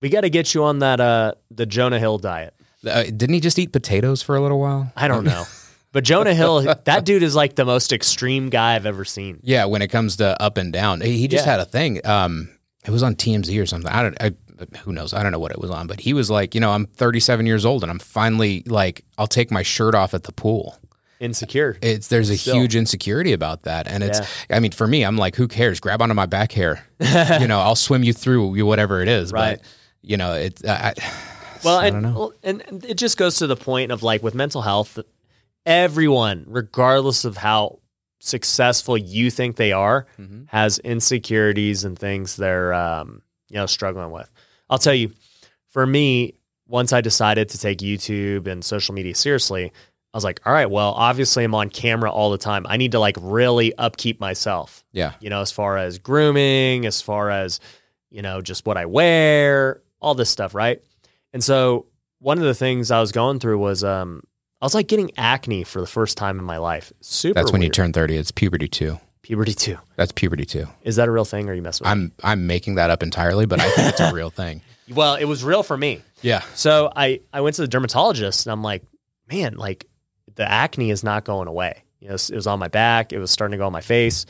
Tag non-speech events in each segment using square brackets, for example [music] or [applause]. We got to get you on that uh the Jonah Hill diet. Uh, didn't he just eat potatoes for a little while? I don't [laughs] know. But Jonah Hill, that dude is like the most extreme guy I've ever seen. Yeah, when it comes to up and down, he he just Yeah. had a thing. Um, it was on TMZ or something. I don't. I, who knows? I don't know what it was on, but he was like, you know, I'm 37 years old and I'm finally like, I'll take my shirt off at the pool. Insecure. It's there's a Still. huge insecurity about that, and it's. I mean, for me, I'm like, who cares? Grab onto my back [laughs] hair. you know, I'll swim you through you- whatever it is. Right. But you know, it's. I, I- well, I and, don't know. well, and and it just goes to the point of like with mental health, everyone, regardless of how successful you think they are, Mm-hmm. has insecurities and things they're um, you know struggling with. I'll tell you, for me, once I decided to take YouTube and social media seriously, I was like, all right, well, obviously I'm on camera all the time. I need to like really upkeep myself yeah. you know, as far as grooming, as far as, you know, just what I wear, all this stuff, right? And so one of the things I was going through was um I was like getting acne for the first time in my life. Super That's when you weird. turn 30. It's puberty too. puberty too. That's puberty too. Is that a real thing or are you messing with I'm I'm making that up entirely, but I think it's [laughs] a real thing. me? Well, it was real for me. Yeah. So I I went to the dermatologist and I'm like, man, like the acne is not going away. You know, it was on my back, it was starting to go on my face.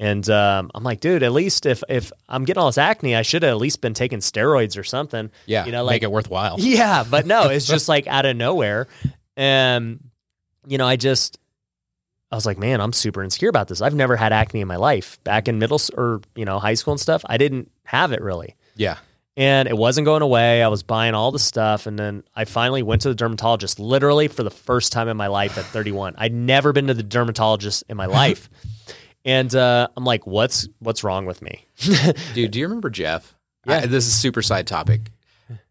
And um, I'm like, dude, at least if if I'm getting all this acne, I should have at least been taking steroids or something. Yeah. You know, like make it worthwhile. [laughs] Yeah, but no, it's just like out of nowhere. And you know, I just I was like, man, I'm super insecure about this. I've never had acne in my life. Back in middle s- or, you know, high school and stuff, I didn't have it really. Yeah. And it wasn't going away. I was buying all the stuff and then I finally went to the dermatologist literally for the first time in my life at 31. I'd never been to the dermatologist in my life. And uh, I'm like, what's what's wrong with me? [laughs] Dude, do you remember Jeff? Yeah. this is super side topic.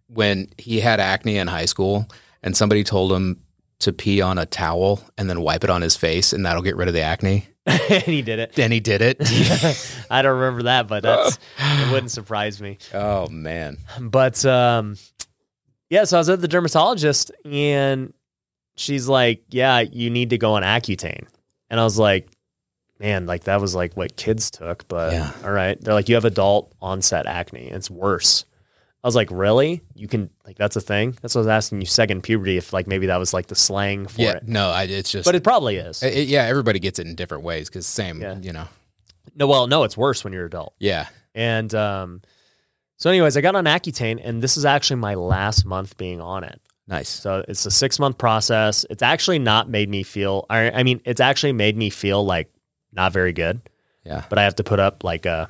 When he had acne in high school and somebody told him to pee on a towel and then wipe it on his face and that'll get rid of the acne. and he did it. [laughs] Then he did it. [laughs] I don't remember that, but that's it wouldn't surprise me. oh man. but um yeah so i was at the dermatologist and she's like yeah you need to go on accutane and i was like man like that was like what kids took but Yeah. all right they're like you have adult onset acne and it's worse i was like really you can like that's a thing that's what i was asking you second puberty if like maybe that was like the slang for yeah. it No, I, it's just but it probably is it- it- yeah, everybody gets it in different ways cuz same, Yeah. you know. no well no it's worse when you're adult Yeah. and um so anyways i got on accutane and this is actually my last month being on it Nice. So it's a six month process. It's actually not made me feel, I I mean, it's actually made me feel like not very good, Yeah. but I have to put up like a,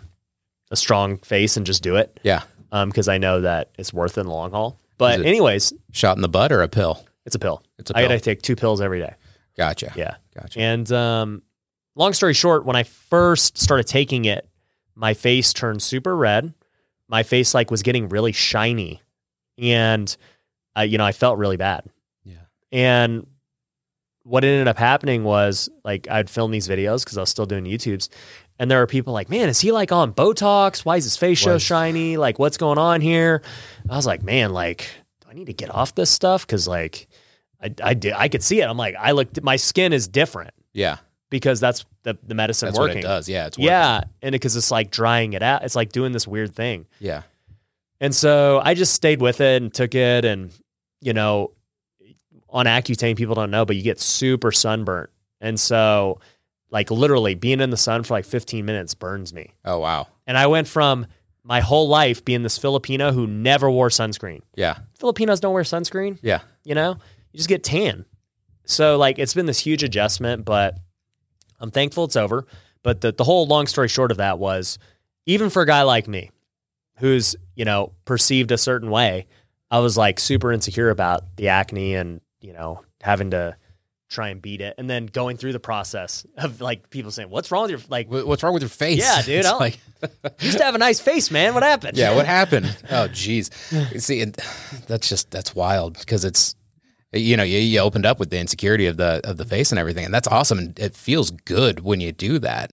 a strong face and just do it Yeah. because I know that it's worth it in the long haul. But, it- anyways, Shot in the butt or a pill? it's a pill. It's a I got pill. to take two pills every day. Gotcha. Yeah. Gotcha. And um, long story short, when I first started taking it, my face turned super red. My face like was getting really shiny, and uh, you know I felt really bad. Yeah. And what ended up happening was like I'd film these videos because I was still doing YouTubes, and there are people like, "Man, is he like on Botox? Why is his face so Was. shiny? Like, what's going on here?" I was like, "Man, like, do I need to get off this stuff? Because like, I I did I could see it. I'm like, I looked, my skin is different." Yeah. because that's the, the medicine That's working. what it does. Yeah, it's working. Yeah. And because it's like drying it out, it's like doing this weird thing. Yeah. And so I just stayed with it and took it. And, you know, on Accutane, people don't know, but you get super sunburnt. And so, like, literally being in the sun for like 15 minutes burns me. Oh wow. And I went from my whole life being this Filipino who never wore sunscreen. Yeah. Filipinos don't wear sunscreen Yeah. you know you just get tan so like it's been this huge adjustment but i'm thankful it's over but the, the whole long story short of that was even for a guy like me who's you know perceived a certain way i was like super insecure about the acne and you know having to try and beat it and then going through the process of like people saying what's wrong with your like Wh- What's wrong with your face? Yeah, dude, [laughs] It's I'll- [laughs] like, you used to have a nice face man what happened yeah, what happened? Oh, jeez. See, and [sighs] that's just that's wild because it's you know you, you opened up with the insecurity of the of the face and everything, and that's awesome. And it feels good when you do that.